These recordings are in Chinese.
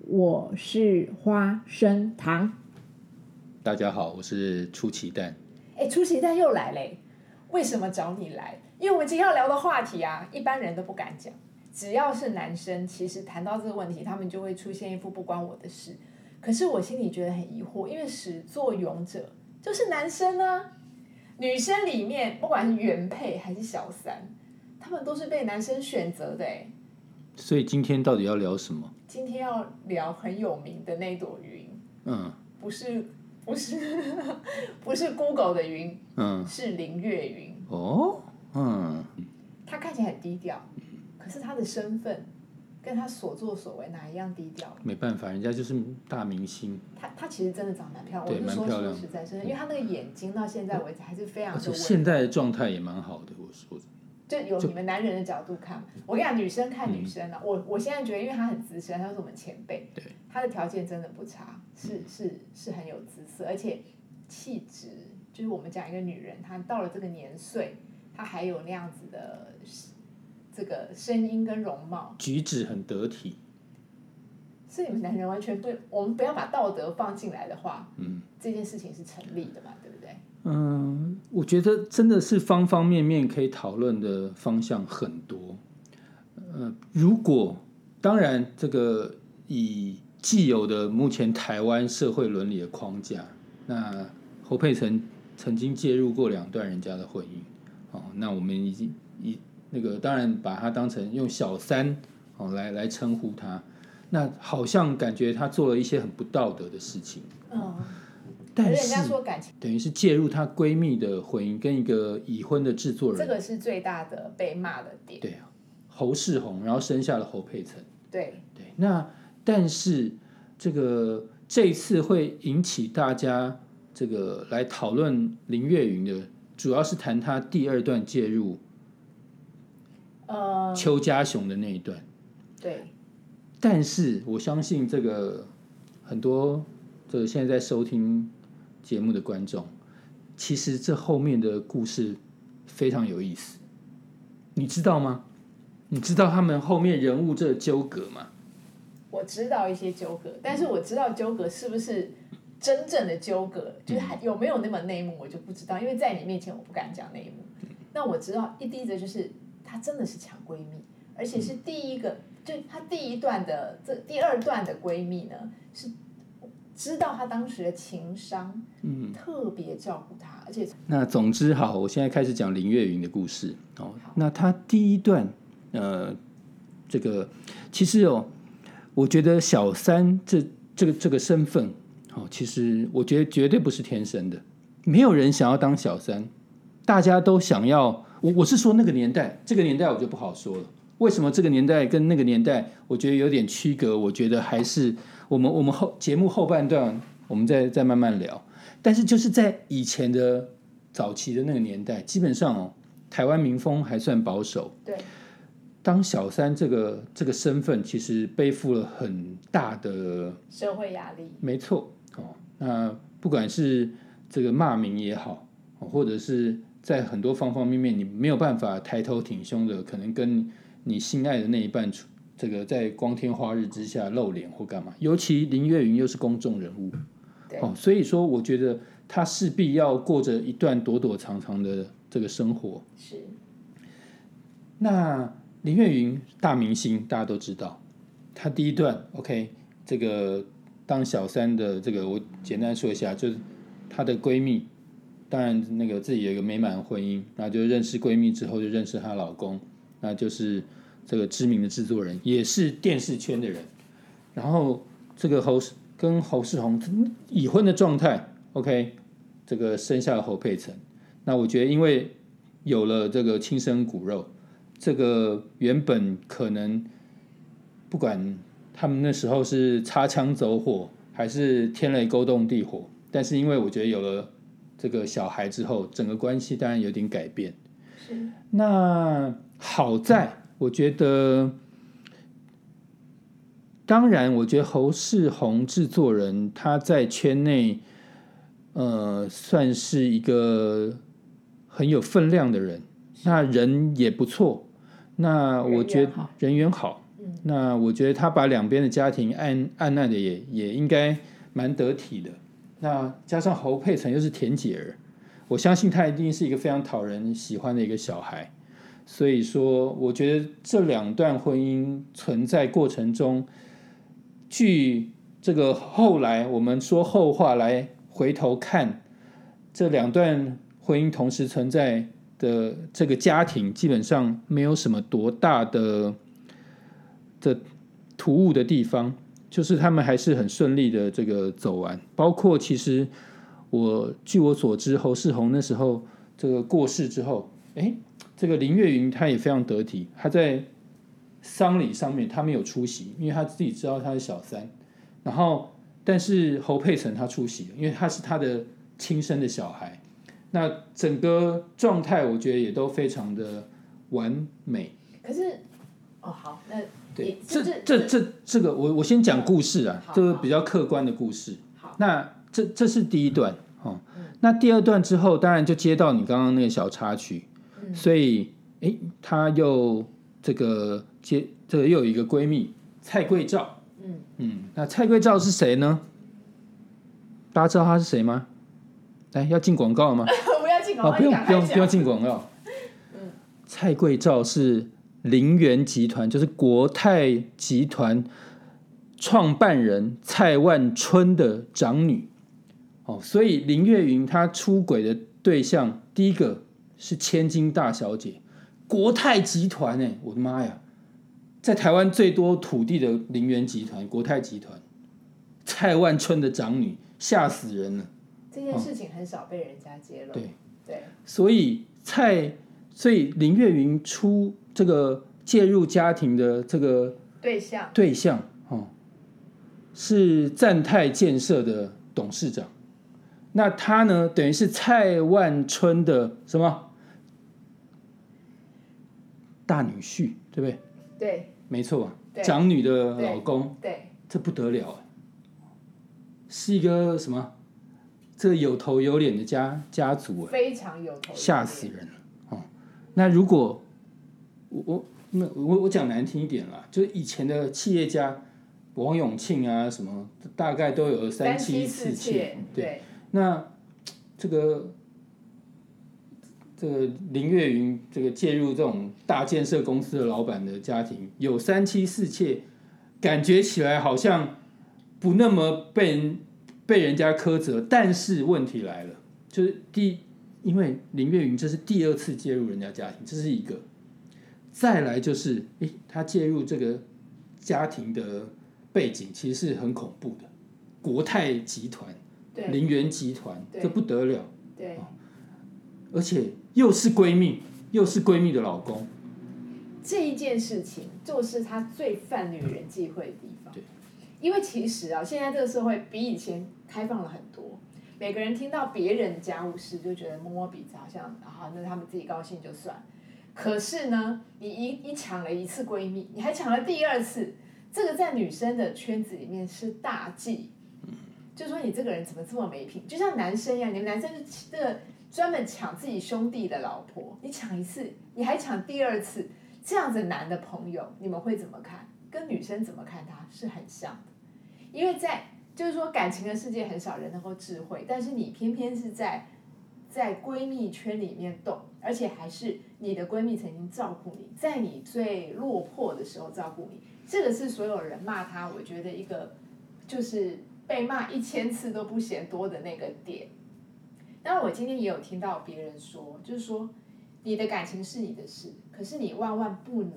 我是花生糖。大家好，我是出奇蛋。哎，出奇蛋又来嘞！为什么找你来？因为我们今天要聊的话题啊，一般人都不敢讲。只要是男生，其实谈到这个问题，他们就会出现一副不关我的事。可是我心里觉得很疑惑，因为始作俑者就是男生啊。女生里面，不管是原配还是小三，他们都是被男生选择的哎。所以今天到底要聊什么？今天要聊很有名的那朵云，嗯不是不是 不是 Google 的云，嗯，是林月云，哦，嗯，她看起来很低调，可是她的身份跟她所作所为哪一样低调？没办法，人家就是大明星，她她其实真的长得蛮漂亮，对我是说蛮漂亮说实在，真的，因为她那个眼睛到现在为止还是非常而的且稳，现在的状态也蛮好的。我说，就有你们男人的角度看。我跟你讲，女生看女生啊，我我现在觉得，因为她很资深，她是我们前辈，嗯对，她的条件真的不差，是是是很有姿色，而且气质，就是我们讲一个女人，她到了这个年岁，她还有那样子的。这个声音跟容貌，举止很得体，所以你们男人完全不，我们不要把道德放进来的话，嗯这件事情是成立的嘛，对不对？嗯，我觉得真的是方方面面可以讨论的方向很多。呃，如果当然这个以既有的目前台湾社会伦理的框架，那侯佩岑曾经介入过两段人家的婚姻，哦，那我们已经以那个当然把他当成用小三哦来来称呼他，那好像感觉他做了一些很不道德的事情，嗯，可但是人是家说感情等于是介入她闺蜜的婚姻，跟一个已婚的制作这人，个是最大的被骂的点，对啊，侯世宏，然后生下了侯佩岑。对，对，那但是这个这一次会引起大家这个来讨论林月云的，主要是谈她第二段介入呃，邱家雄的那一段。对，但是我相信这个很多这个现在在收听节目的观众，其实这后面的故事非常有意思，你知道吗？你知道他们后面人物这个纠葛吗？我知道一些纠葛，但是我知道纠葛是不是真正的纠葛，嗯就是还有没有那么内幕，我就不知道，因为在你面前我不敢讲内幕。嗯那我知道一第一则就是她真的是抢闺嗯蜜，而且是第一个，就她第一段的这第二段的闺蜜呢是知道她当时的情商，嗯，特别照顾她，而且那总之好，我现在开始讲林月云的故事哦好。那她第一段，呃，这个其实哦，我觉得小三这这个这个身份，哦，其实我觉得绝对不是天生的，没有人想要当小三，大家都想要。我我是说那个年代，这个年代我就不好说了。为什么这个年代跟那个年代，我觉得有点区隔？我觉得还是我们我们后节目后半段，我们再再慢慢聊。但是就是在以前的早期的那个年代，基本上哦，台湾民风还算保守。对，当小三这个这个身份，其实背负了很大的，社会压力，没错哦。那不管是这个骂名也好，哦或者是在很多方方面面，你没有办法抬头挺胸的，可能跟你心爱的那一半处，这个在光天化日之下露脸或干嘛。尤其林月云又是公众人物，对，哦，所以说我觉得他势必要过着一段躲躲藏藏的这个生活。是那林月云大明星，大家都知道，她第一段 OK，这个当小三的这个我简单说一下，就是她的闺蜜，当然那个自己有一个美满的婚姻，然后就认识闺蜜之后就认识她老公，那就是这个知名的制作人，也是电视圈的人，然后这个侯世跟侯世宏已婚的状态 OK，这个生下了侯佩岑，那我觉得因为有了这个亲生骨肉。这个原本可能不管他们那时候是擦枪走火，还是天雷勾动地火，但是因为我觉得有了这个小孩之后，整个关系当然有点改变。是，那好在我觉得，当然，我觉得侯世宏制作人他在圈内，呃，算是一个很有分量的人，那人也不错。那我觉人缘得人缘好，嗯，那我觉得他把两边的家庭按按捺的也也应该蛮得体的。那加上侯佩岑又是田姐儿，我相信她一定是一个非常讨人喜欢的一个小孩。所以说，我觉得这两段婚姻存在过程中，据这个后来我们说后话来回头看，这两段婚姻同时存在的这个家庭，基本上没有什么多大的的突兀的地方，就是他们还是很顺利的这个走完。包括其实我据我所知，侯世宏那时候这个过世之后，哎，这个林月云她也非常得体，她在丧礼上面她没有出席，因为她自己知道她是小三，然后但是侯佩岑她出席了，因为她是她的亲生的小孩，那整个状态我觉得也都非常的完美。可是，哦好，那 对也，这就是这这这个，我我先讲故事啊好，这个比较客观的故事。好，嗯那这这是第一段哦，那第二段之后，当然就接到你刚刚那个小插曲，嗯所以诶，她又这个接这个又有一个闺蜜蔡桂照，嗯嗯，那蔡桂照是谁呢？大家知道她是谁吗？来，要进广告吗？不要进广哦，告，不用你赶不快用讲不用进广告。嗯蔡桂照是林园集团，就是国泰集团创办人蔡万春的长女。哦，所以林月云她出轨的对象，第一个是千金大小姐，国泰集团哎、我的妈呀，在台湾最多土地的林园集团，国泰集团，蔡万春的长女，吓死人了。这件事情很少被人家揭露。对对，所以蔡，所以林月云出这个介入家庭的这个对象对象哦，是赞泰建设的董事长。那他呢，等于是蔡万春的什么大女婿，对不对？对没错吧？对长女的老公，对，这不得了啊，是一个什么？这有头有脸的家家族啊非常有头有吓脸死人了哦。那如果我我那我我讲难听一点啦，就是以前的企业家王永庆啊什么，大概都有三妻四妾。对，对，那这个这个林月云这个介入这种大建设公司的老板的家庭，有三妻四妾，感觉起来好像不那么被人被人家苛责。但是问题来了，就是第，因为林月云这是第二次介入人家家庭，这是一个。再来就是，诶，他介入这个家庭的背景其实是很恐怖的，国泰集团。对林园集团，对这不得了，对，而且又是闺蜜，又是闺蜜的老公，这一件事情就是他最犯女人忌讳的地方。对，因为其实啊，现在这个社会比以前开放了很多，每个人听到别人家务事就觉得摸摸鼻子，好像啊，那他们自己高兴就算。可是呢，你一一抢了一次闺蜜，你还抢了第二次，这个在女生的圈子里面是大忌。就说你这个人怎么这么没品，就像男生一样，你们男生是这个专门抢自己兄弟的老婆，你抢一次，你还抢第二次，这样子男的朋友，你们会怎么看？跟女生怎么看他是很像的，因为在就是说感情的世界很少人能够智慧，但是你偏偏是在在闺蜜圈里面动，而且还是你的闺蜜曾经照顾你，在你最落魄的时候照顾你，这个是所有人骂他，我觉得一个就是被骂一千次都不嫌多的那个点。当然，我今天也有听到别人说，就是说你的感情是你的事，可是你万万不能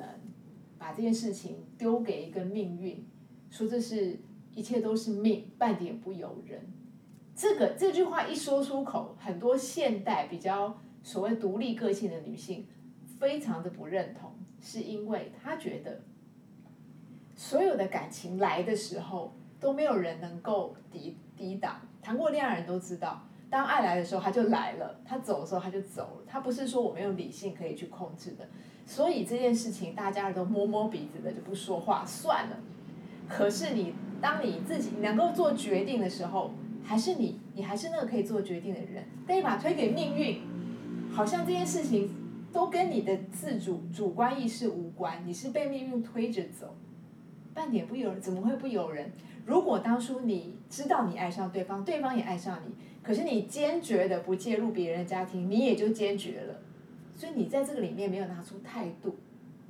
把这件事情丢给一个命运，说这是一切都是命，半点不由人。这个这句话一说出口，很多现代比较所谓独立个性的女性非常的不认同，是因为她觉得所有的感情来的时候都没有人能够抵抵挡。谈过恋爱的人都知道，当爱来的时候，他就来了；他走的时候，他就走了。他不是说我们用理性可以去控制的。所以这件事情，大家都摸摸鼻子的就不说话算了。可是你当你自己能够做决定的时候，还是你，你还是那个可以做决定的人，但你把推给命运，好像这件事情都跟你的自主主观意识无关，你是被命运推着走。半点不由人，怎么会不由人？如果当初你知道你爱上对方，对方也爱上你，可是你坚决的不介入别人的家庭，你也就坚决了。所以你在这个里面没有拿出态度，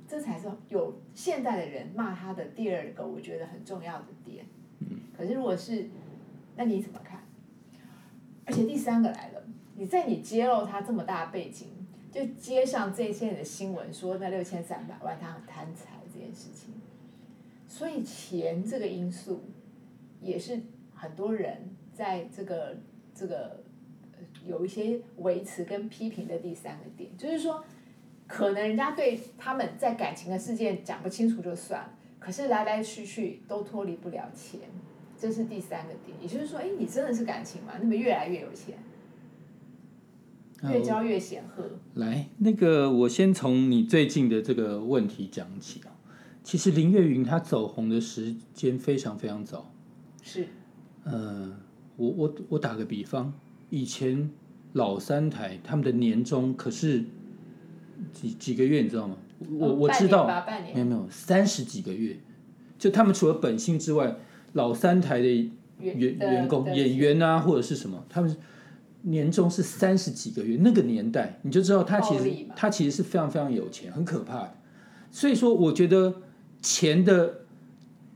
这才是有现代的人骂他的第二个我觉得很重要的点。可是如果是，那你怎么看？而且第三个来了，你在你揭露他这么大的背景，就接上这一件的新闻说那六千三百万他很贪财这件事情，所以钱这个因素也是很多人在这个这个呃有一些维持跟批评的第三个点，就是说，可能人家对他们在感情的事件讲不清楚就算了，可是来来去去都脱离不了钱，这是第三个点，也就是说，哎，你真的是感情吗？你怎么越来越有钱，那越我交越显赫？来，那个我先从你最近的这个问题讲起啊。其实林月云她走红的时间非常非常早。是呃，我我我打个比方，以前老三台他们的年终可是几几个月，你知道吗？我、哦我半知年道，吧半年没有没有三十几个月，就他们除了本薪之外，老三台的员员的员工、的演员啊，或者是什么，他们年终是三十几个月，那个年代你就知道他其暴实利嘛他其实是非常非常有钱，很可怕的。所以说，我觉得钱的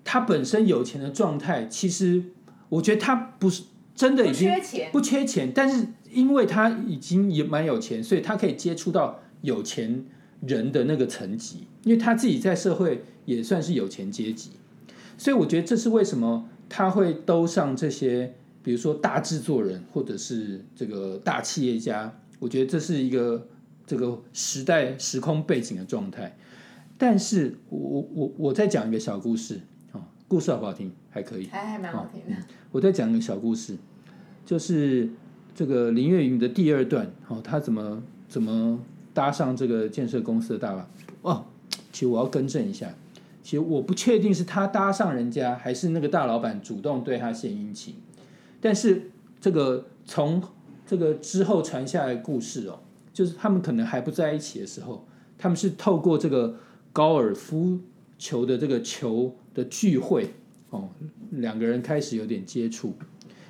他本身有钱的状态，其实我觉得他不是真的已不经缺钱，不缺钱，但是因为他已经也蛮有钱，所以他可以接触到有钱人的那个层级，因为他自己在社会也算是有钱阶级，所以我觉得这是为什么他会兜上这些，比如说大制作人或者是这个大企业家，我觉得这是一个这个时代时空背景的状态。但是我我我我再讲一个小故事啊、哦故事好不好听？还可以。还还蛮好听的。我再讲一个小故事，就是这个林月云的第二段，哦，她怎么怎么搭上这个建设公司的大巴？哦，其实我要更正一下，其实我不确定是她搭上人家，还是那个大老板主动对她献殷勤。但是这个从这个之后传下来的故事哦，就是他们可能还不在一起的时候，他们是透过这个高尔夫球的这个球的聚会哦，两个人开始有点接触。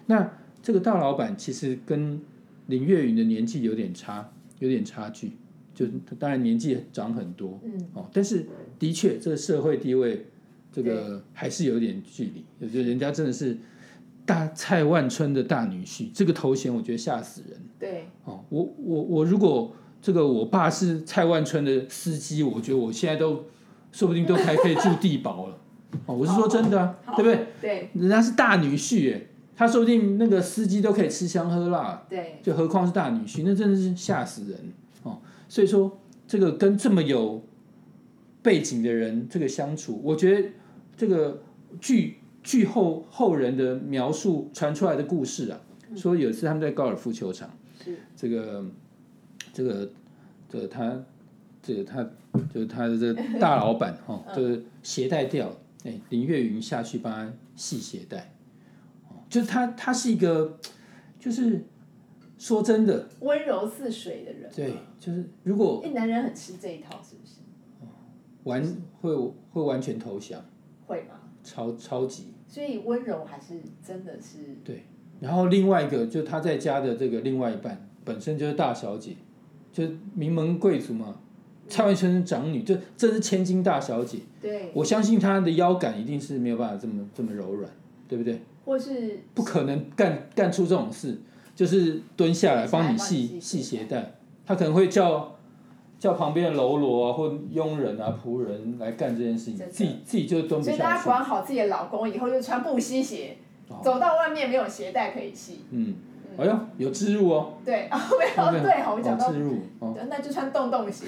那这个大老板其实跟林月云的年纪有点差，有点差距，就当然年纪长很多，嗯，哦，但是的确这个社会地位，这个还是有点距离。有些人家真的是大蔡万春的大女婿，这个头衔我觉得吓死人对，哦。我我我如果这个我爸是蔡万春的司机，我觉得我现在都说不定都还可以住地堡了。哦，我是说真的、啊，对不对？对，人家是大女婿耶，他说不定那个司机都可以吃香喝辣。对，就何况是大女婿，那真的是吓死人哦。所以说，这个跟这么有背景的人这个相处，我觉得这个据据后后人的描述传出来的故事啊，说有一次他们在高尔夫球场，嗯是这个这个这个他这个他就是他的这个大老板哦，嗯就是鞋带掉了，哎，林月云下去帮他系鞋带，哦，就是他他是一个就是。说真的，温柔似水的人。对，就是如果哎，男人很吃这一套，是不是？完会会完全投降，会吗？超超级所以温柔还是真的是对。然后另外一个就他在家的这个另外一半本身就是大小姐，就是名门贵族嘛，蔡万春是长女，就这是千金大小姐。对，我相信她的腰杆一定是没有办法这么这么柔软，对不对？或是不可能干干出这种事，就是蹲下来帮你系系鞋带，他可能会叫叫旁边的喽啰啊或佣人啊仆人来干这件事情真，的自己自己就蹲不所以大下家去。管好自己的老公，以后就穿布吸鞋，哦走到外面没有鞋带可以系。嗯，哎呦，有置入哦，对， 哦，没有，对，好，我讲到有，置入哦，那就穿洞洞 鞋。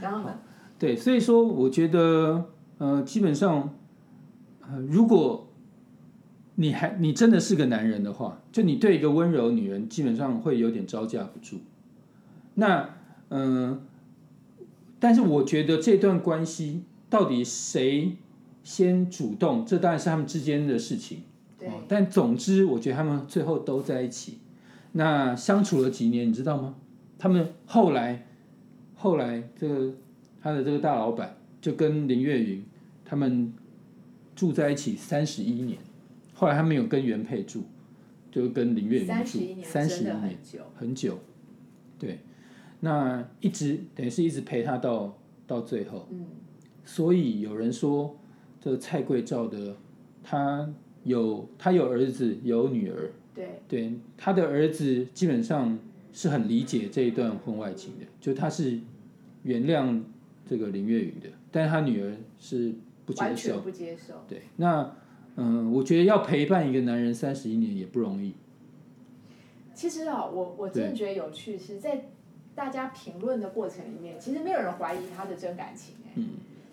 然后呢？对，所以说我觉得呃，基本上呃，如果你还你真的是个男人的话，就你对一个温柔女人，基本上会有点招架不住。那嗯、呃但是我觉得这段关系到底谁先主动，这当然是他们之间的事情。对哦，但总之，我觉得他们最后都在一起。那相处了几年，你知道吗？他们后来，后来这个他的这个大老板就跟林月云，他们住在一起三十一年，后来他们有跟原配住，就跟林月三云十住一年三十一真的年，很久，很久，对，那一直等于是一直陪他到到最后，嗯，所以有人说这蔡桂照的他有他有儿子有女儿，对，对他的儿子基本上是很理解这一段婚外情的，就他是原谅这个林月云的，但是他女儿是不接完受全。不接受，对，那嗯，我觉得要陪伴一个男人三十一年也不容易。其实啊，我我真的觉得有趣是在大家评论的过程里面，其实没有人怀疑他的真感情、哎，嗯，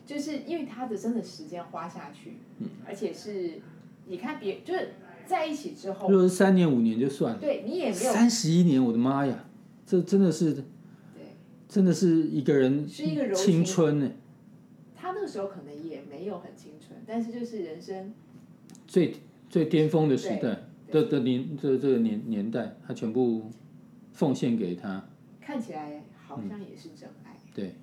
就是因为他的真的时间花下去，嗯，而且是你看别就是在一起之后如，果是三年五年就算了，对你也没有三十一年，我的妈呀，这真的是对，真的是一个人是一个柔情青春欸呢，他那个时候可能也没有很青春，但是就是人生最最巅峰的时对代的的年这这个年年代，他全部奉献给他。看起来好像也是真爱，对，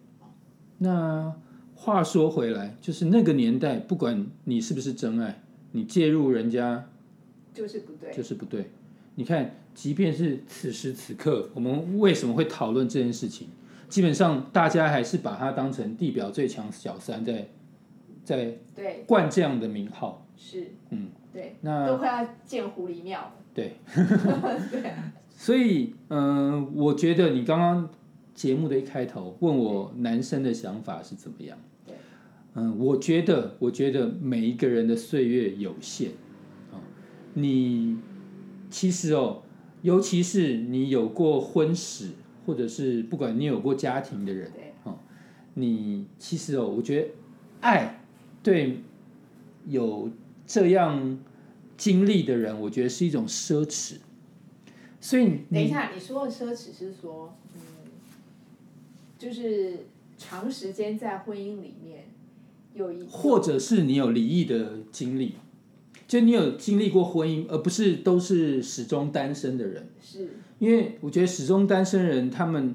那话说回来，就是那个年代，不管你是不是真爱，你介入人家就是不对，就是不对。你看，即便是此时此刻，我们为什么会讨论这件事情？基本上大家还是把它当成地表最强小三在在对，冠这样的名号。是，嗯，对，那都快要见狐狸庙了，对，对啊，所以，嗯、我觉得你刚刚节目的一开头问我男生的想法是怎么样对？嗯，我觉得，我觉得每一个人的岁月有限啊、你其实哦，尤其是你有过婚史，或者是不管你有过家庭的人，哦对，你其实哦，我觉得爱对有这样经历的人，我觉得是一种奢侈。所以你等一下，你说的奢侈是说，嗯，就是长时间在婚姻里面有一或者是你有离异的经历，就你有经历过婚姻，而不是都是始终单身的人。是因为我觉得始终单身人，他们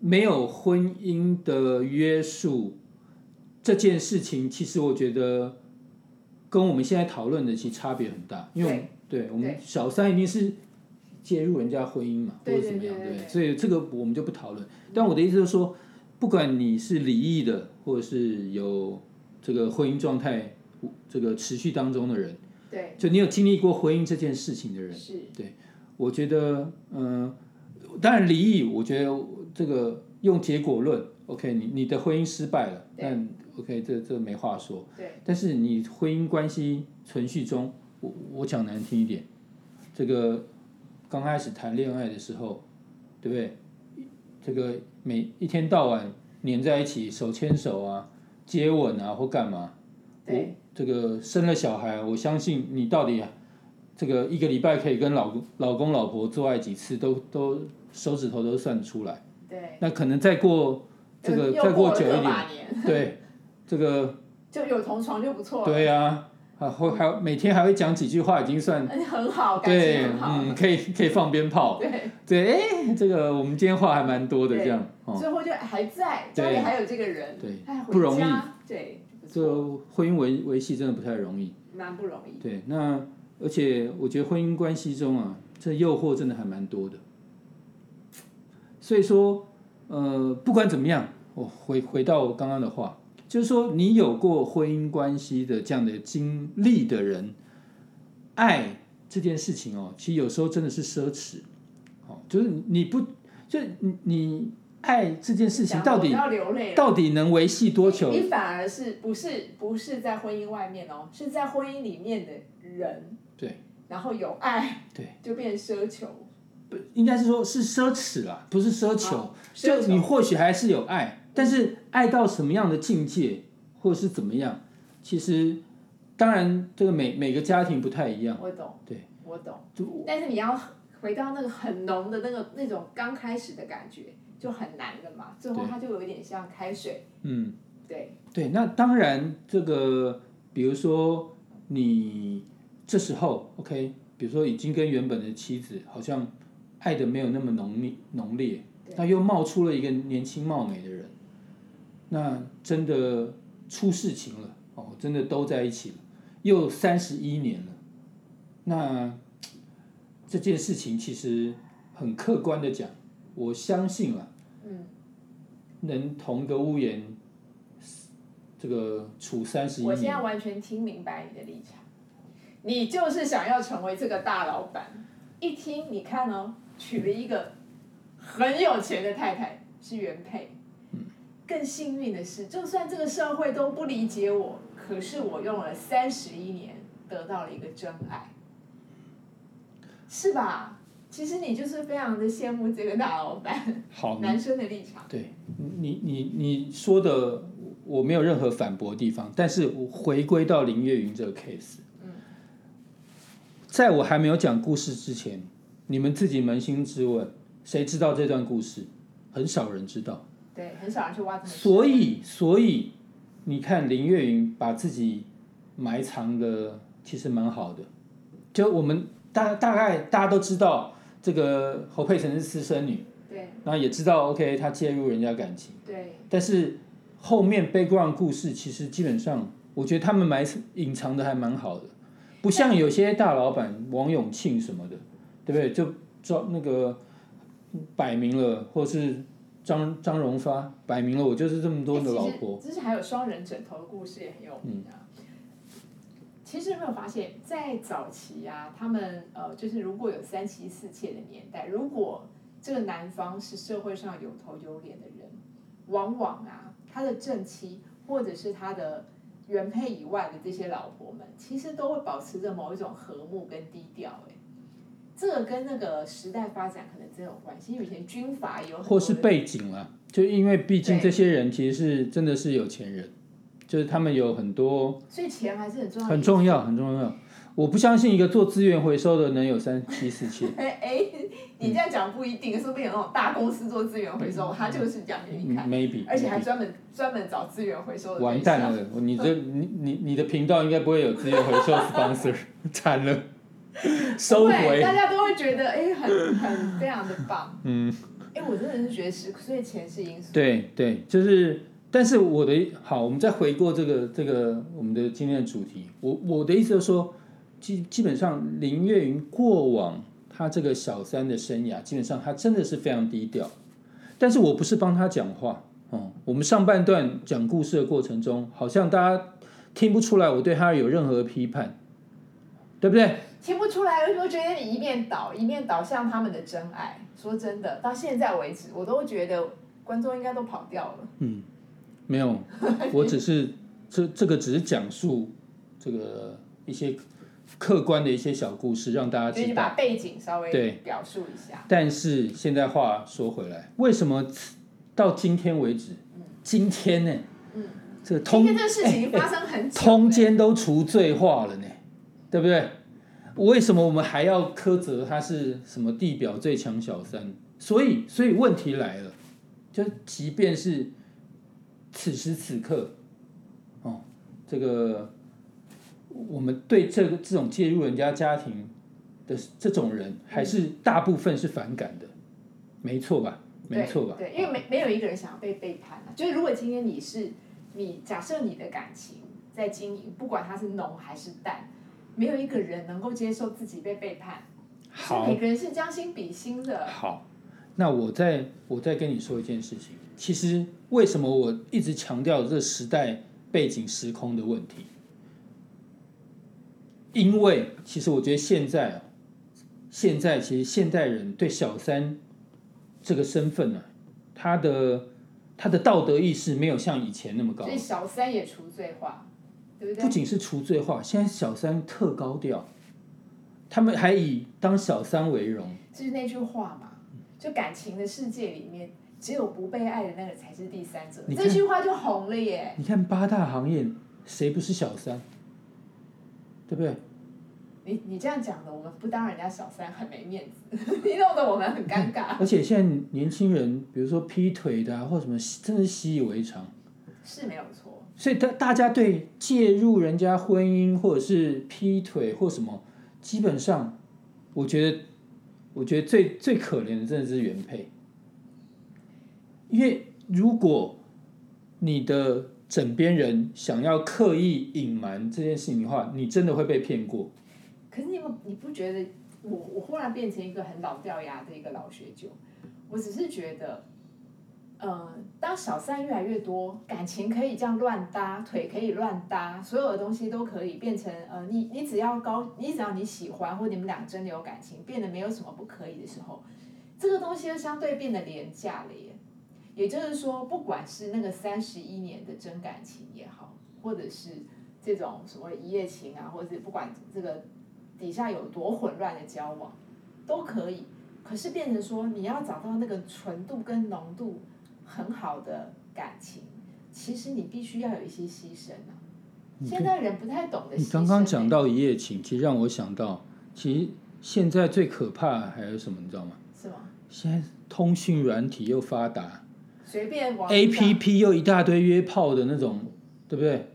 没有婚姻的约束这件事情，其实我觉得跟我们现在讨论的其实差别很大。因为我们对我们对小三一定是介入人家婚姻嘛，或对者怎么样，对对对不对所以这个我们就不讨论。但我的意思就是说，不管你是离异的，或者是有这个婚姻状态这个持续当中的人，对就你有经历过婚姻这件事情的人。是我觉得，嗯、当然离异，我觉得这个用结果论，OK，你你的婚姻失败了，对但 OK，这这没话说。对但是你婚姻关系存续中，我我讲难听一点，这个刚开始谈恋爱的时候，对不对？这个每一天到晚黏在一起，手牵手啊，接吻啊，或干嘛？对我这个生了小孩，我相信你到底、啊、这个一个礼拜可以跟老公、老公、老婆做爱几次，都都手指头都算得出来。对，嗯那可能再过这个又再过了久一个点，把年， 对这个就有同床就不错了，对呀、啊，会还有每天还会讲几句话，已经算而且很好，感情对，很好，嗯，可以可以放鞭炮，对，对，哎，这个我们今天话还蛮多的，这样哦，最后就还在对家里还有这个人，对他还回不容易家，对，不这错，个婚姻维维系真的不太容易，蛮不容易，对，那而且我觉得婚姻关系中啊，这诱惑真的还蛮多的，所以说，呃，不管怎么样，我回回到我刚刚的话，就是说，你有过婚姻关系的这样的经历的人，爱这件事情哦，其实有时候真的是奢侈，哦，就是你不，就是你你爱这件事情讲到我底要流泪了。到底能维系多久？你反而是不是不是在婚姻外面哦，是在婚姻里面的人，对，然后有爱，对，就变奢求，不应该是说是奢侈啦，不是奢求。啊就奢求你或许还是有爱，但是爱到什么样的境界，或是怎么样，其实当然这个每每个家庭不太一样，我懂，对，我懂，就但是你要回到那个很浓的那个那种刚开始的感觉，就很难了嘛，最后对它就有一点像开水，嗯对，对。那当然这个，比如说你这时候 OK，比如说已经跟原本的妻子好像爱的没有那么浓烈浓烈对，那又冒出了一个年轻貌美的人，那真的出事情了哦，哦，真的都在一起了，又三十一年了。那这件事情其实很客观的讲，我相信了，嗯，能同个屋檐这个处三十一我现年，在完全听明白你的立场，你就是想要成为这个大老板。一听，你看哦，娶了一个很有钱的太太，是原配。更幸运的是，就算这个社会都不理解我，可是我用了三十一年得到了一个真爱，是吧？其实你就是非常的羡慕这个大老板，好，男生的立场。对你你你说的，我没有任何反驳的地方，但是我回归到林月云这个 case，在我还没有讲故事之前，你们自己扪心自问，谁知道这段故事？很少人知道，对，很少人去挖这么深所以所以你看林月云把自己埋藏的其实蛮好的，就我们大大概大家都知道这个侯佩岑是私生女，对然后也知道 OK 她介入人家感情。对但是后面 background 故事其实基本上，我觉得他们埋隐藏的还蛮好的，不像有些大老板王永庆什么的，对不对？就装那个摆明了，或是张张荣发摆明了，我就是这么多的老婆。嗯欸其实之前还有双人枕头的故事也很有名啊。其实有没有发现，在早期啊，他们呃，就是如果有三妻四妾的年代，如果这个男方是社会上有头有脸的人，往往啊，他的正妻或者是他的原配以外的这些老婆们，其实都会保持着某一种和睦跟低调、欸。这个跟那个时代发展可能真有关系，因为以前军阀有很多或是的背景啦，就因为毕竟对这些人其实是真的是有钱人，就是他们有很多所以钱还是很重要的很重要很重要。我不相信一个做资源回收的能有三七四千。 哎哎，你这样讲不一定，说不定有那种大公司做资源回收，他就是这样给你看， maybe，嗯而且还专门专门找资源回收的嗯完对蛋象。了，你这嗯你你你的频道应该不会有资源回收 sponsor，惨 了，收对，大回。家都会觉得哎，很很非常的 棒。嗯，哎，我真的是觉得是，所以钱是因素。对对，就是，但是我的好，我们再回过这个这个我们的今天的主题，我我的意思就是说，基基本上林月云过往她这个小三的生涯，基本上她真的是非常低调，但是我不是帮她讲话，哦、我们上半段讲故事的过程中，好像大家听不出来我对她有任何批判，对不对？听不出来，我觉得你一面倒一面倒向他们的真爱。说真的，到现在为止，我都觉得观众应该都跑掉了。没 有，我只是这这个只是讲述这个一些客观的一些小故事，让大家就是知你道。把背景稍对微表述一下，但是现在话说回来，为什么到今天为止，嗯今天呢？这个今通天这个事情发生很久了通奸都除罪化了呢，对不对？为什么我们还要苛责他是什么地表最强小三？所以，所以问题来了，就即便是此时此刻，哦，这个我们对这个这种介入人家家庭的这种人，还是大部分是反感的，没错吧？没错吧？对，对因为没没有一个人想要被背叛啊。就是如果今天你是你，假设你的感情在经营，不管它是浓还是淡，没有一个人能够接受自己被背叛。好所以，每个人是将心比心的。好，那我再我再跟你说一件事情，其实为什么我一直强调这时代背景时空的问题？因为其实我觉得现在啊，现在其实现代人对小三这个身份呢、他的他的道德意识没有像以前那么高所以，小三也除罪化，对不对？不仅是除罪化，现在小三特高调，他们还以当小三为荣。就是那句话嘛，就感情的世界里面，只有不被爱的那个才是第三者。你看这句话就红了耶。你看八大行业，谁不是小三？对不对？你你这样讲的，我们不当人家小三很没面子， 你弄得我们很尴尬。而且现在年轻人，比如说劈腿的、啊、或什么，真的是习以为常。是没有错，所以大大家对介入人家婚姻或者是劈腿或什么，基本上，我觉得，我觉得最最可怜的真的是原配，因为如果你的枕边人想要刻意隐瞒这件事情的话，你真的会被骗过。可是你有你不觉得我我忽然变成一个很老掉牙的一个老学究？我只是觉得，呃，当小三越来越多，感情可以这样乱搭，腿可以乱搭，所有的东西都可以变成呃，你你只要高，你只要你喜欢或你们俩真的有感情，变得没有什么不可以的时候，这个东西就相对变得廉价了耶。也就是说，不管是那个三十一年的真感情也好，或者是这种所谓一夜情啊，或者是不管这个底下有多混乱的交往，都可以。可是变成说，你要找到那个纯度跟浓度很好的感情，其实你必须要有一些牺牲啊。现在人不太懂得牺牲欸、你刚刚讲到一夜情，其实让我想到，其实现在最可怕的还有什么，你知道吗？是吗？现在通讯软体又发达随便网，A 络上 P P 又一大堆约炮的那种，对不对？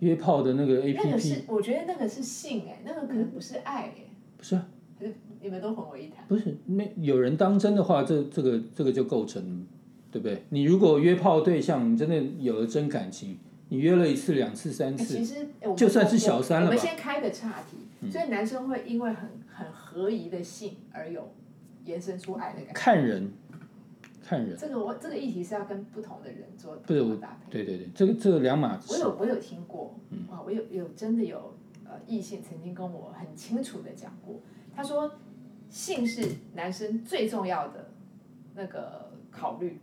约炮的那个 A 那 P 个 P 是我觉得那个是性哎、那个可能不是爱哎、不是啊，可是你们都混为一谈。不是那有人当真的话，这这个这个就构成，对不对？你如果约炮对象，你真的有了真感情，你约了一次、两次、三哎次，其实哎我们就算是小三了吧嗯我们先开个岔题，所以男生会因为很很合宜的性而有延伸出爱的感觉。看人，看人，这个我这个议题是要跟不同的人做不是不同我的搭配。对对对，这个这个两码子我事。有我有听过，嗯啊，我有有真的有呃异性曾经跟我很清楚的讲过，他说性是男生最重要的那个考虑，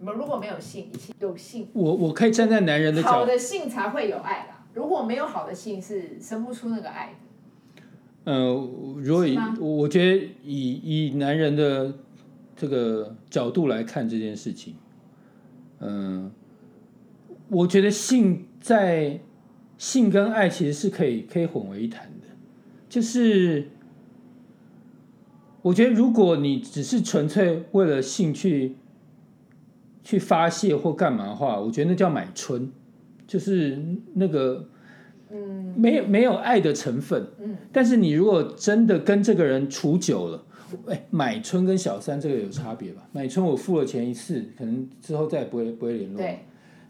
我们如果没有性，一切有性，我我可以站在男人的好角，的性才会有爱啦。如果没有好的性，是生不出那个爱的。呃，如果是以吗我我觉得以以男人的这个角度来看这件事情，嗯、我觉得性在性跟爱其实是可以可以混为一谈的，就是我觉得如果你只是纯粹为了性去去发泄或干嘛的话，我觉得那叫买春，就是那个嗯没有没有爱的成分。但是你如果真的跟这个人处久了，哎，买春跟小三这个有差别吧？买春我付了钱一次，可能之后再也不会不会联络。对，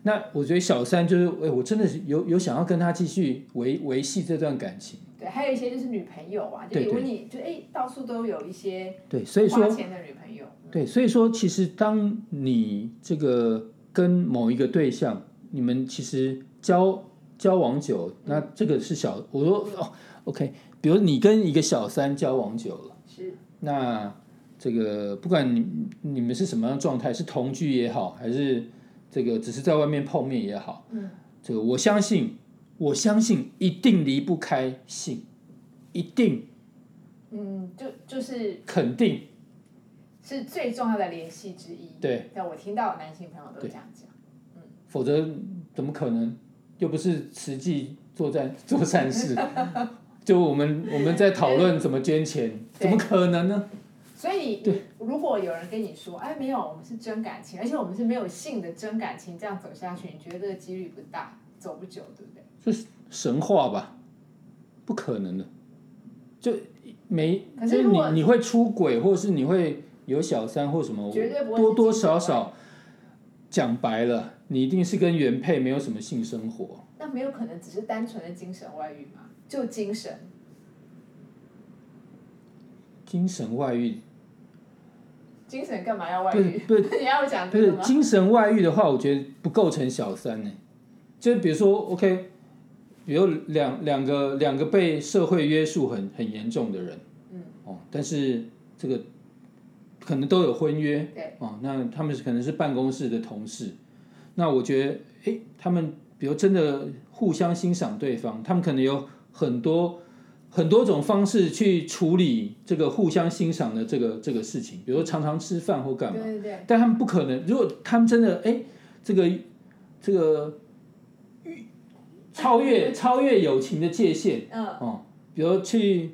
那我觉得小三就是，哎，我真的是有有想要跟他继续维维系这段感情。对，还有一些就是女朋友啊，就对比如对你就哎、到处都有一些对，所以花说，钱的女朋友。对，所以说，其实当你这个跟某一个对象，你们其实交交往久，那这个是小，我说哦，OK，比如你跟一个小三交往久了。是，那这个不管你你们是什么样的状态，是同居也好，还是这个只是在外面碰面也好，嗯，这个我相信，我相信一定离不开性，一定嗯，就就是肯定是最重要的联系之一。对，但我听到男性朋友都这样讲，否则怎么可能？又不是实际做善做善事， 就我们我们在讨论怎么捐钱，怎么可能呢？所以你如果有人跟你说，哎，没有，我们是真感情，而且我们是没有性的真感情，这样走下去，你觉得这个几率不大，走不久，对不对？神话吧，不可能的，就没，可就是是如你果你会出轨，或者是你会有小三或什么，绝对不会是多多精神少少讲白了，你一定是跟原配没有什么性生活，那没有可能只是单纯的精神外遇嘛？就精神，精神外遇精神干嘛要外不是遇？ 不是你要讲不这个是吗？精神外遇的话，我觉得不构成小三呢、就比如说 OK，比如两两个两个被社会约束很很严重的人，嗯，哦，但是这个可能都有婚约，对，哦，那他们是可能是办公室的同事，那我觉得，诶，他们比如真的互相欣赏对方，他们可能有很多很多种方式去处理这个互相欣赏的这个这个事情，比如说常常吃饭或干嘛，对对对，但他们不可能，如果他们真的，诶，这个这个超越超越友情的界限，嗯哦，比如去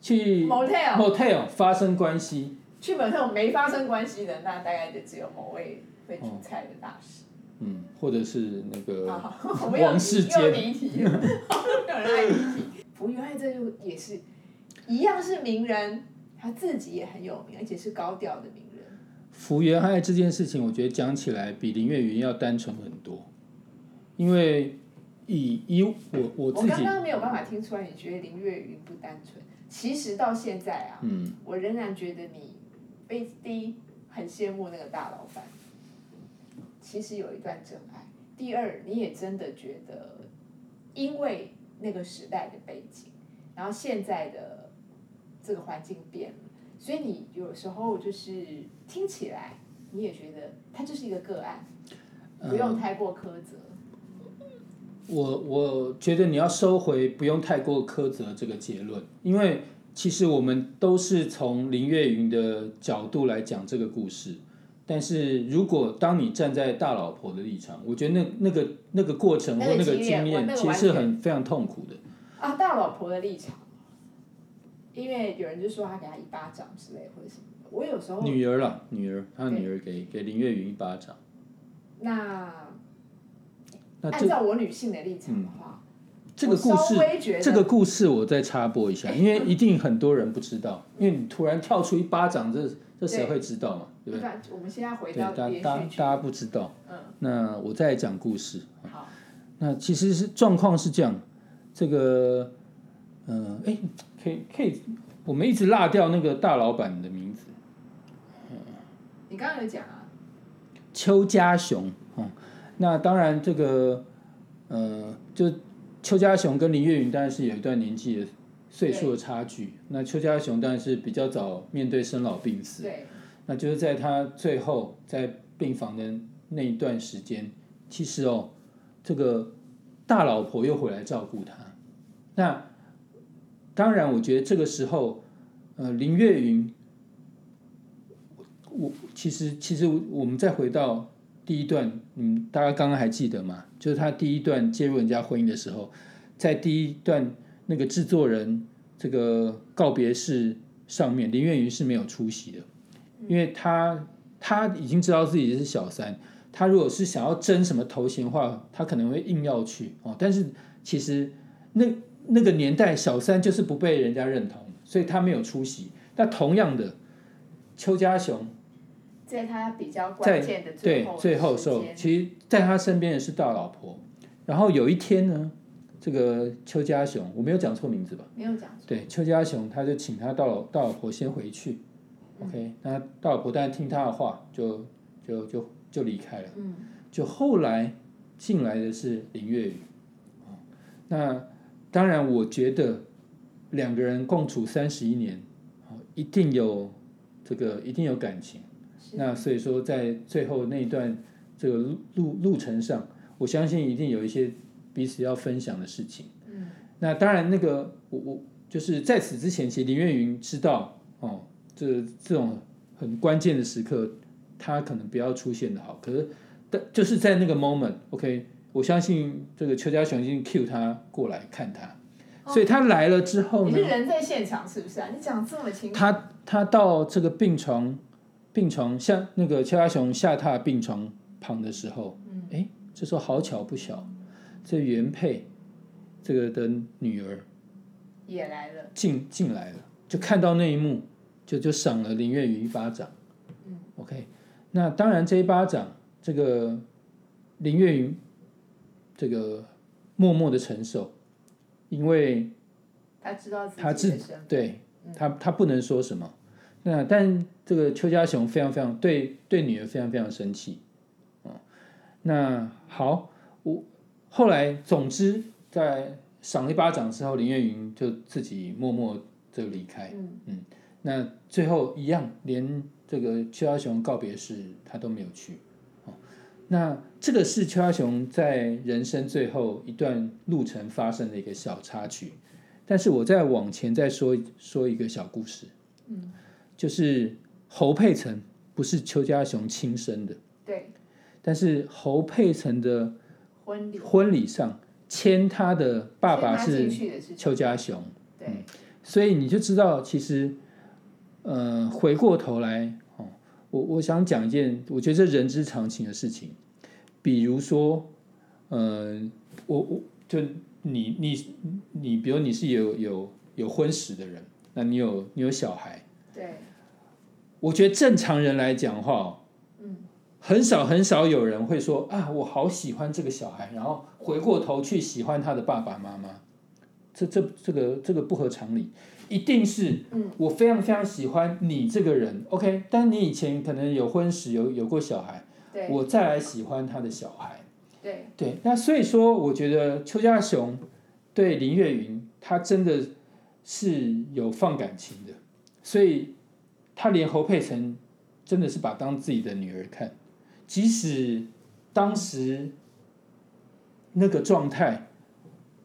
去，motel motel 发生关系，去 motel 没发生关系的，那大概就只有某位哦会煮菜的大 师。 嗯，或者是那个啊， 我们又王世坚又离题 了，没有人爱离题。福原爱这就也是一样是名人，他自己也很有名，而且是高调的名人。福原爱这件事情，我觉得讲起来比林月云要单纯很多。因为以以我我我自刚己，刚没有办法听出来，你觉得林月云不单纯。其实到现在啊，嗯，我仍然觉得你被第一很羡慕那个大老板，其实有一段真爱。第二，你也真的觉得，因为那个时代的背景，然后现在的这个环境变了，所以你有时候就是听起来，你也觉得他就是一个个案，不用呃太过苛责。我我觉得你要收回，不用太过苛责这个结论，因为其实我们都是从林月云的角度来讲这个故事。但是如果当你站在大老婆的立场，我觉得那那个那个过程那或个那个经验经我验，那个其实完是全很非常痛苦的。啊，大老婆的立场，因为有人就说他给他一巴掌之类或者什么的。我有时候女儿啦，女儿，他女儿给给林月云一巴掌，那那这嗯按照我女性的立场的话，这个故哎我稍事，微觉得这个故事我再插播一下，因为一定很多人不知道，因为你突然跳出一巴掌，这这谁会知道嘛？对不一般我们现在回对？到对，大连大续剧，大家不知道。嗯，那我再讲故事。好，那其实是状况是这样，这个，嗯、呃，哎，可以可以，我们一直落掉那个大老板的名字，你刚刚有讲啊，邱家雄哦。那当然，这个呃，就邱家雄跟林月云当然是有一段年纪的岁数的差距。那邱家雄当然是比较早面对生老病死，对，那就是在他最后在病房的那一段时间，其实哦，这个大老婆又回来照顾他。那当然，我觉得这个时候，呃，林月云，我其实其实我们再回到第一段，嗯，大家刚刚还记得吗？就是他第一段介入人家婚姻的时候，在第一段那个制作人这个告别式上面，林月云是没有出席的。因为他他已经知道自己是小三，他如果是想要争什么头衔的话，他可能会硬要去哦。但是其实那那个年代，小三就是不被人家认同，所以他没有出席。那同样的，邱家雄在他比较在关键的对后最最后的时时候，间，其实在他身边的是大老婆。然后有一天呢，这个邱家雄，我没有讲错名字吧？没有讲错，对，邱家雄他就请他到大老婆先回去、o 嗯 k 那大老婆当然听他的话，就就就就离开了。嗯，就后来进来的是林月雨，哦那当然我觉得两个人共处三十一年，哦一定有这个一定有感情。是那所以说，在最后那一段这个路路路程上，我相信一定有一些彼此要分享的事情。嗯，那当然，那个我我就是在此之前，其实林月云知道哦，这这种很关键的时刻，她可能不要出现的好。可是，但就是在那个 moment，OK，、我相信这个邱家雄已经 cue 他过来看他，所以他来了之后哦你呢是，人在现场是不是啊？你讲这么清楚，他他到这个病床，病床下那个邱家雄下榻病床旁的时候，嗯哎，这时候好巧不巧，这原配这个的女儿也来了，进进来了，就看到那一幕，就就赏了林月雨一巴掌。嗯，OK，那当然这一巴掌，这个林月云这个默默的承受，因为他知道自他己自的身份，对嗯他他不能说什么。那但这个邱家雄非常非常对对女儿非常非常生气，哦，那好，我后来总之在赏了一巴掌之后，林月云就自己默默就离开。嗯，那最后一样，连这个邱家雄告别式他都没有去。哦，那这个是邱家雄在人生最后一段路程发生的一个小插曲。但是我再往前再说说一个小故事，嗯，就是侯佩岑不是邱家雄亲生的，对，但是侯佩岑的婚礼，婚礼上牵他的爸爸牵他进是去的是邱家雄。对，所以你就知道，其实，呃，回过头来，哦，我我想讲一件，我觉得这人之常情的事情，比如说，呃，我我就你你你，比如你是有有有婚史的人，那你有你有小孩，对，我觉得正常人来讲的话，嗯，很少很少有人会说啊，我好喜欢这个小孩，然后回过头去喜欢他的爸爸妈妈，这这这个这个不合常理，一定是，嗯我非常非常喜欢你这个人，OK，但你以前可能有婚史，有有过小孩，对我再来喜欢他的小孩，对，对，那所以说，我觉得邱家雄对林月云，他真的是有放感情的，所以他连侯佩岑真的是把当自己的女儿看，即使当时那个状态，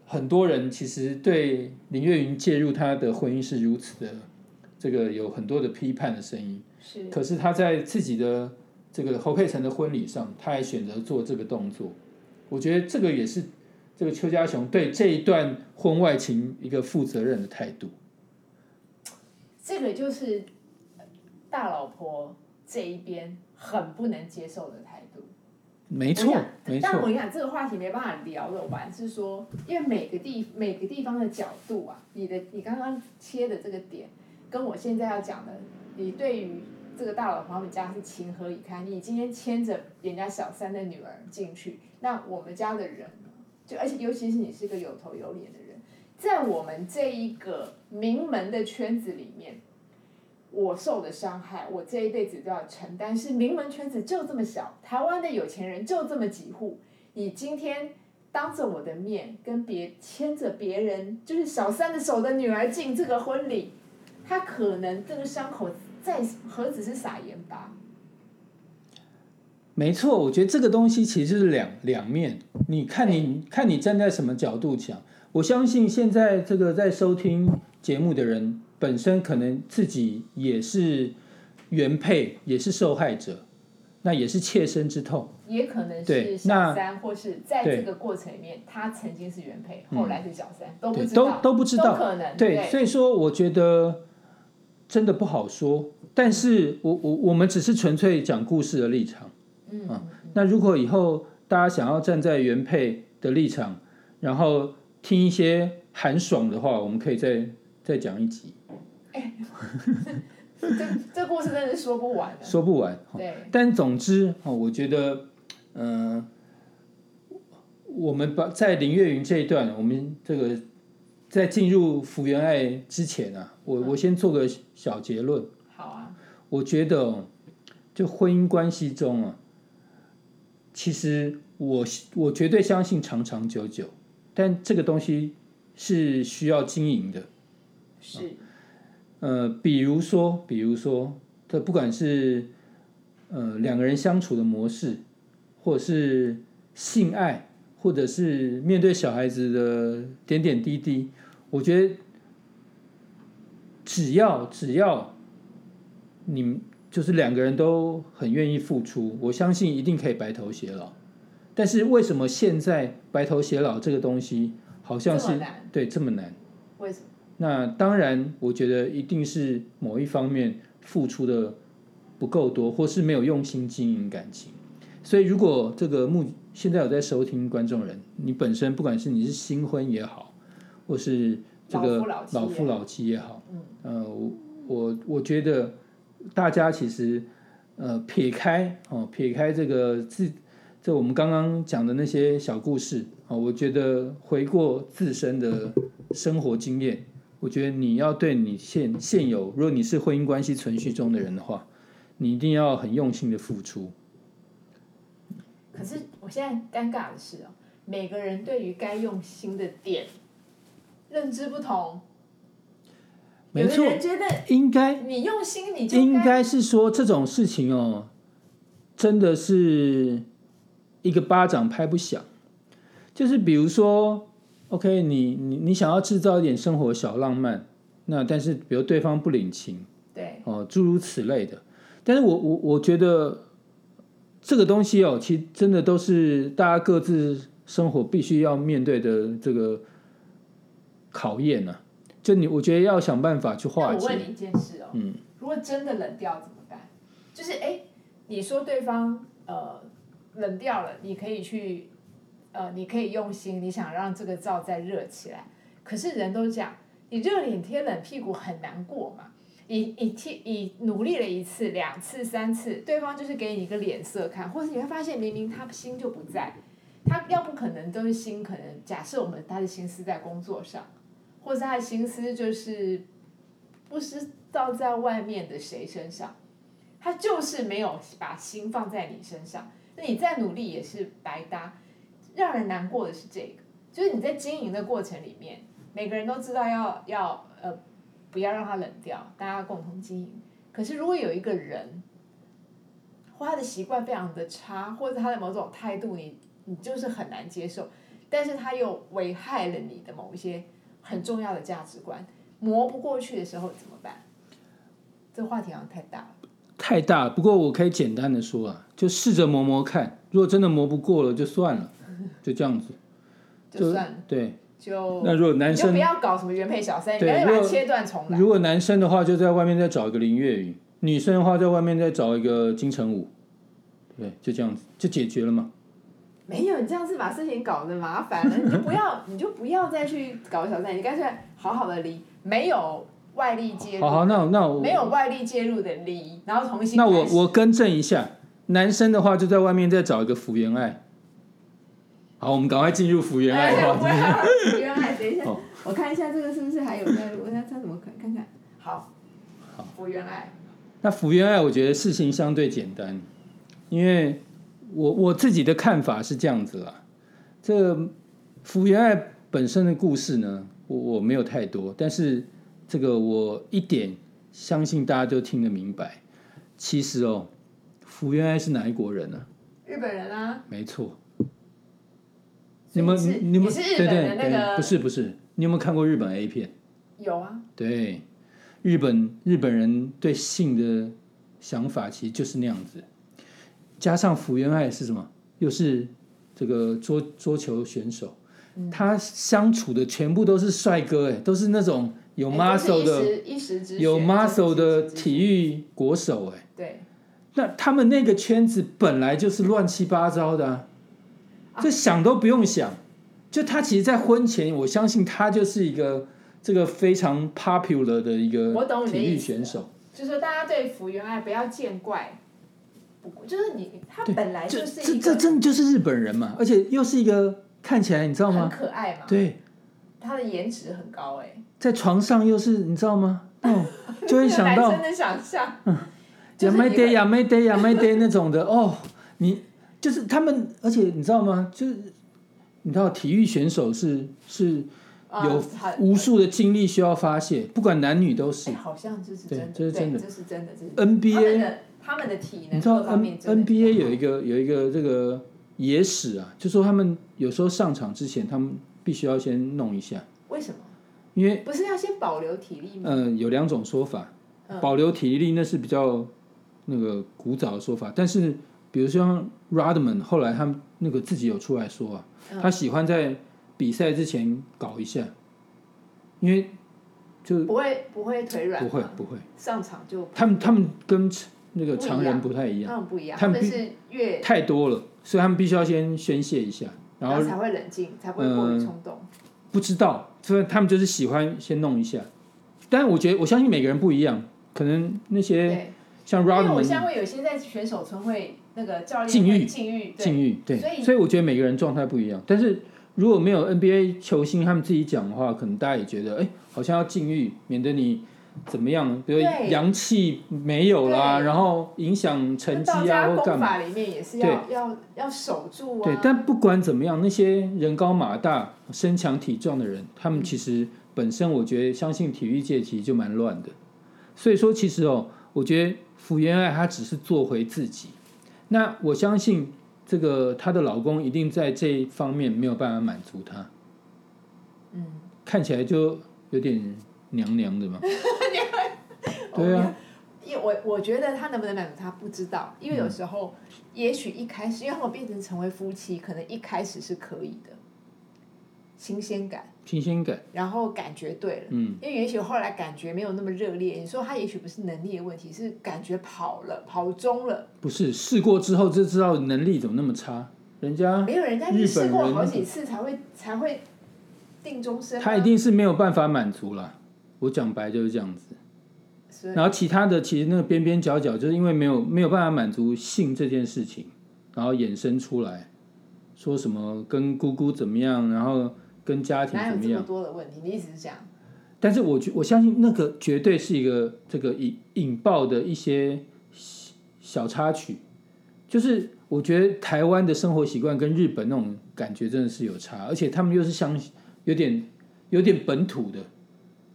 很多人其实对林月云介入她的婚姻是如此的，这个有很多的批判的声音。是可是他在自己的这个侯佩岑的婚礼上，他还选择做这个动作。我觉得这个也是这个邱家雄对这一段婚外情一个负责任的态度。这个就是呃大老婆这一边很不能接受的态度。没我错想，没哎但我错，跟你讲，这个话题没办法聊得完，是说，因为每个地每个地方的角度啊，你的你刚刚切的这个点，跟我现在要讲的，你对于这个大老婆他们家是情何以堪？你今天牵着人家小三的女儿进去，那我们家的人呢，就而且尤其是你是个有头有脸的人，在我们这一个名门的圈子里面。我受的伤害，我这一辈子都要承担。是名门圈子就这么小，台湾的有钱人就这么几户。你今天当着我的面跟别牵着别人，就是小三的手的女儿进这个婚礼，她可能这个伤口再何止是撒盐巴？没错。我觉得这个东西其实是两两面，你看你看你站在什么角度讲。我相信现在这个在收听节目的人，本身可能自己也是原配，也是受害者，那也是切身之痛。也可能是对小那三，或是在对这个过程里面，她曾经是原配，嗯后来是小三，都不对，知都道，都不不知道，可能对，所以说我觉得真的不好说，但是我我我们只是纯粹讲故事的立场。嗯，啊那如果以后大家想要站在原配的立场，然后听一些寒爽的话，我们可以再再讲一集，这这故事真的是说不完的。说不完。对，但总之哦，我觉得，嗯、我们把在林月云这一段，我们这个在进入福原爱之前啊，我我先做个小结论。好啊，我觉得哦，就婚姻关系中啊，其实我我绝对相信长长久久，但这个东西是需要经营的。是呃，比如说，比如说，这不管是呃两个人相处的模式，或者是性爱，或者是面对小孩子的点点滴滴，我觉得只要只要你们就是两个人都很愿意付出，我相信一定可以白头偕老。但是为什么现在白头偕老这个东西好像这是么难对这么难？为什么？那当然，我觉得一定是某一方面付出的不够多，或是没有用心经营感情。所以，如果这个目现在有在收听观众人，你本身不管是你是新婚也好，或是这个老老夫老妻也好夫老妻也好，嗯，呃，我我我觉得大家其实呃撇开哦，撇开这个自这我们刚刚讲的那些小故事哦，我觉得回过自身的生活经验。我觉得你要对你现现有，如果你是婚姻关系存续中的人的话，你一定要很用心的付出。可是我现在尴尬的是哦，每个人对于该用心的点认知不同。没有错的，人觉得应该你用心你就应该该是说这种事情哦，真的是一个巴掌拍不响。就是比如说，OK，你你你想要制造一点生活小浪漫，那但是比如对方不领情。对哦，诸如此类的。但是我我我觉得这个东西哦，其实真的都是大家各自生活必须要面对的这个考验呢、啊。就你，我觉得要想办法去化那我解问。你一件事哦，嗯如果真的冷掉怎么办？就是哎，你说对方呃冷掉了，你可以去呃，你可以用心，你想让这个灶再热起来。可是人都讲，你热脸贴冷屁股很难过嘛。你你替你努力了一次、两次、三次，对方就是给你一个脸色看，或者你会发现明明他心就不在，他要不可能都是心，可能假设我们他的心思在工作上，或者他的心思就是不知道在外面的谁身上，他就是没有把心放在你身上，那你再努力也是白搭。让人难过的是这个，就是你在经营的过程里面，每个人都知道要要呃不要让它冷掉，大家共同经营。可是如果有一个人，或他的习惯非常的差，或者他的某种态度你，你就是很难接受，但是他又危害了你的某一些很重要的价值观，磨不过去的时候怎么办？这话题好像太大了。太大了。不过我可以简单的说啊，就试着磨磨看，如果真的磨不过了就算了，就这样子。 就算了，对，就那如果你男就生不要搞什么原配小三，你不对要把如它果切断重来。如果男生的话，就在外面再找一个林月雨；女生的话，在外面再找一个金城武。对，就这样子就解决了嘛。没有，你这样是把事情搞得麻烦了，你就不要，你就不要再去搞小三，你干脆好好的离，没有外力介入，好好，那那我没有外力介入的离，然后重新那我开始我更正一下，男生的话就在外面再找一个福原爱。好，我们赶快进入福原爱的话题。哎我原来等一下哦，我看一下这个是不是还有在录，那他怎么看看看？好，我原来那福原爱，我觉得事情相对简单，因为我我自己的看法是这样子啦。这个福原爱本身的故事呢，我我没有太多，但是这个我一点相信大家都听得明白。其实哦，福原爱是哪一国人呢、日本人啊，没错，所你以们是你们也是日对对本的那对，不个是不是，你有没有看过日本 A 片？有啊，对，日本日本人对性的想法其实就是那样子，加上福原爱是什么？又是这个桌桌球选手，嗯他相处的全部都是帅哥，哎，都是那种有哎 muscle 都的、是一时一时之选有都是一 muscle 的时之选体育国手，哎，对。那他们那个圈子本来就是乱七八糟的、啊，这想都不用想。就他其实，在婚前，我相信他就是一个这个非常 popular 的一个我懂你的体意育思选手。就说大家对福原爱不要见怪，不过就是你他本来这哎就是这一这个真的就是日本人嘛，而且又是一个看起来你知道很吗？可爱嘛，对，他的颜值很高哎、在床上又是你知道吗？哦，就 会想这个到男生的想象，就亚是美你得会亚美 得亚美得那种的哦，你就是他们，而且你知道吗？就是你知道体育选手是是啊有很无数的精力需要发泄，不管男女都是哎，。好像这是对真的，这是真的对，这是真的，这是他们 NBA，的他们的体你能知道各方 N 面真的 NBA 有一个有一个这个野史啊，就说他们有时候上场之前，他们必须要先弄一下，为什么？因为不是要先保留体力吗？呃有两种说法，嗯保留体力那是比较那个古早的说法，但是比如像 Rodman 后来他们那个自己有出来说啊，嗯他喜欢在比赛之前搞一下，因为就不会不会腿软不吗，会不会。上场就他们他们跟那个常人不太一样，他们不一样，他他们们是越太多了，所以他们必须要先宣泄一下，然然后后呃才会冷静，才不会过于冲动。不知道，所以他们就是喜欢先弄一下。但我觉得我相信每个人不一样，可能那些对，像因为我 Rodman 像会有些在选手村会那个教练禁欲会禁欲，对禁欲，对，所以所以我觉得每个人状态不一样。但是如果没有 NBA 球星他们自己讲的话，可能大家也觉得，哎，好像要禁欲，免得你怎么样，比如对阳气没有啦，对然后影响成绩那道啊家或干功嘛。法里面也是要要要守住啊。对，但不管怎么样，那些人高马大、身强体壮的人，他们其实本身，我觉得相信体育界其实就蛮乱的。所以说，其实哦，我觉得福原爱她只是做回自己。那我相信这个她的老公一定在这一方面没有办法满足她，嗯，看起来就有点娘娘的嘛。对啊，因为我我觉得他能不能满足他不知道，因为嗯有时候、也许一开始，因为他们变成成为夫妻，可能一开始是可以的，新鲜感，新鲜感，然后感觉对了。嗯，因为也许后来感觉没有那么热烈，你说他也许不是能力的问题，是感觉跑了跑中了，不是试过之后就知道能力怎么那么差，人家没有人家日去本试过人好几次才会才会定终身啊、他一定是没有办法满足啦。我讲白就是这样子，是然后其他的其实那个边边角角，就是因为没有没有办法满足性这件事情，然后衍生出来说什么跟姑姑怎么样，然后跟家庭哪有怎么这样。么多的问题？你一直讲，但是我觉我相信那个绝对是一个这个引引爆的一些小小插曲，就是我觉得台湾的生活习惯跟日本那种感觉真的是有差，而且他们又是相有点有点本土的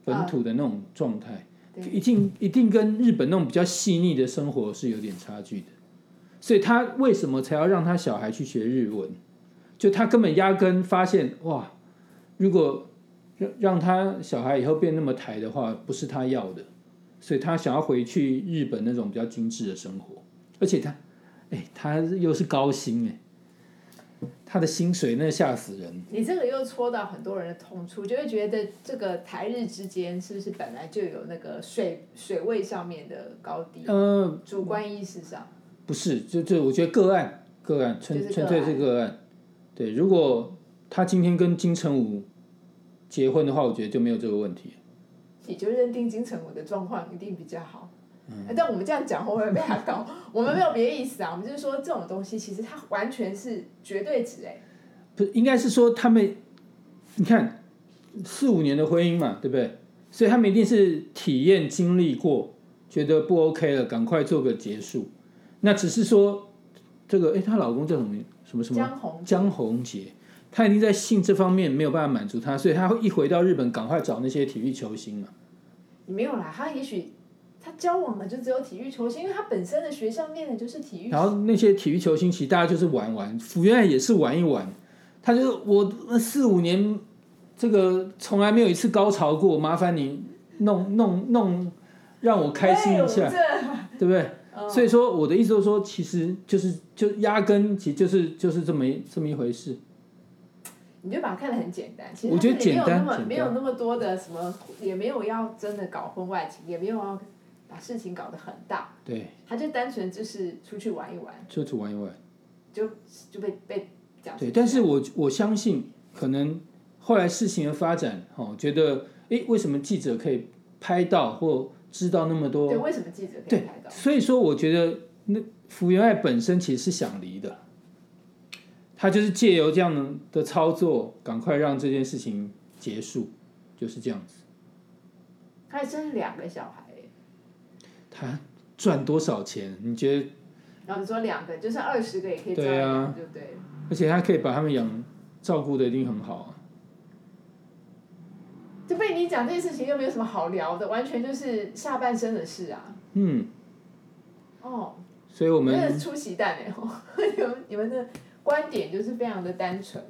本土的那种状态。对一定一定跟日本那种比较细腻的生活是有点差距的，所以他为什么才要让他小孩去学日文？就他根本压根发现，哇，如果让让他小孩以后变那么抬的话，不是他要的，所以他想要回去日本那种比较精致的生活，而且他，哎，他又是高薪哎，他的薪水那吓死人，你这个又戳到很多人的痛处，就会觉得这个台日之间是不是本来就有那个水水位上面的高低，呃，主观意识上，不是，就就我觉得个案个案就纯是纯个粹是个案。对，如果他今天跟金城武结婚的话，我觉得就没有这个问题。你就认定金城武的状况一定比较好。嗯哎但我们这样讲会不会被他搞？我们没有别的意思啊，我们就是说这种东西其实它完全是绝对值哎、不，应该是说他们，你看四五年的婚姻嘛，对不对？所以他们一定是体验经历过，觉得不 OK 了，赶快做个结束。那只是说这个，哎，她老公叫什么什么什么江宏江宏杰，他一定在性这方面没有办法满足他，所以他会一回到日本，赶快找那些体育球星嘛。没有啦，他也许他交往的就只有体育球星，因为他本身的学校念的就是体育。然后那些体育球星，其实大家就是玩玩，福原爱也是玩一玩。他就我呃四五年，这个从来没有一次高潮过，麻烦你弄弄弄，让我开心一下，对我嗯们对不对？所以说我的意思就是说，其实就是就压根，其实就是就是这么一这么一回事。这你就把它看得很简单，其实我觉得它这里简单没有那简么单没有那么多的什么，也没有要真的搞婚外情，也没有要把事情搞得很大，对，他就单纯就是出去玩一玩，就是玩一玩。就就被被讲。对，但是我我相信，可能后来事情的发展，哦，觉得诶，为什么记者可以拍到或知道那么多对为什么记者可以对拍到？所以说，我觉得那福原爱本身其实是想离的，他就是借由这样的操作，赶快让这件事情结束，就是这样子。他还生了两个小孩耶，他赚多少钱？你觉得？然后你说两个，就算二十个也可以照对啊样，对不对？而且他可以把他们养照顾的一定很好啊。就被你讲这件事情又没有什么好聊的，完全就是下半身的事啊。嗯，哦，所以我你真们的，粗皮蛋哎、哦 你们你们的观点就是非常的单纯。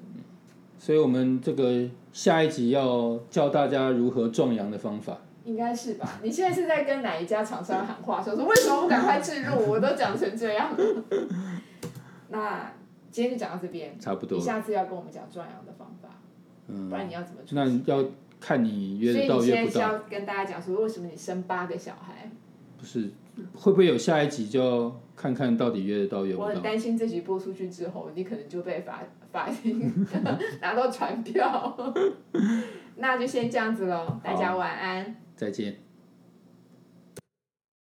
所以我们这个下一集要教大家如何壮阳的方法。应该是吧？你现在是在跟哪一家厂商喊话，说说为什么不赶快置入？我都讲成这样 了。那今天就讲到这边，差不你多，下次要跟我们讲壮阳的方法，嗯不，然你要怎么出那行？要看你约得所以你到约现在不是到，要跟大家讲说，为什么你生八个小孩？不是会不会有下一集就要看看到底约得到约不我到很。担心这集播出去之后，你可能就被罚 罚金，拿 到传票。那就先这样子喽，大家晚安。再见。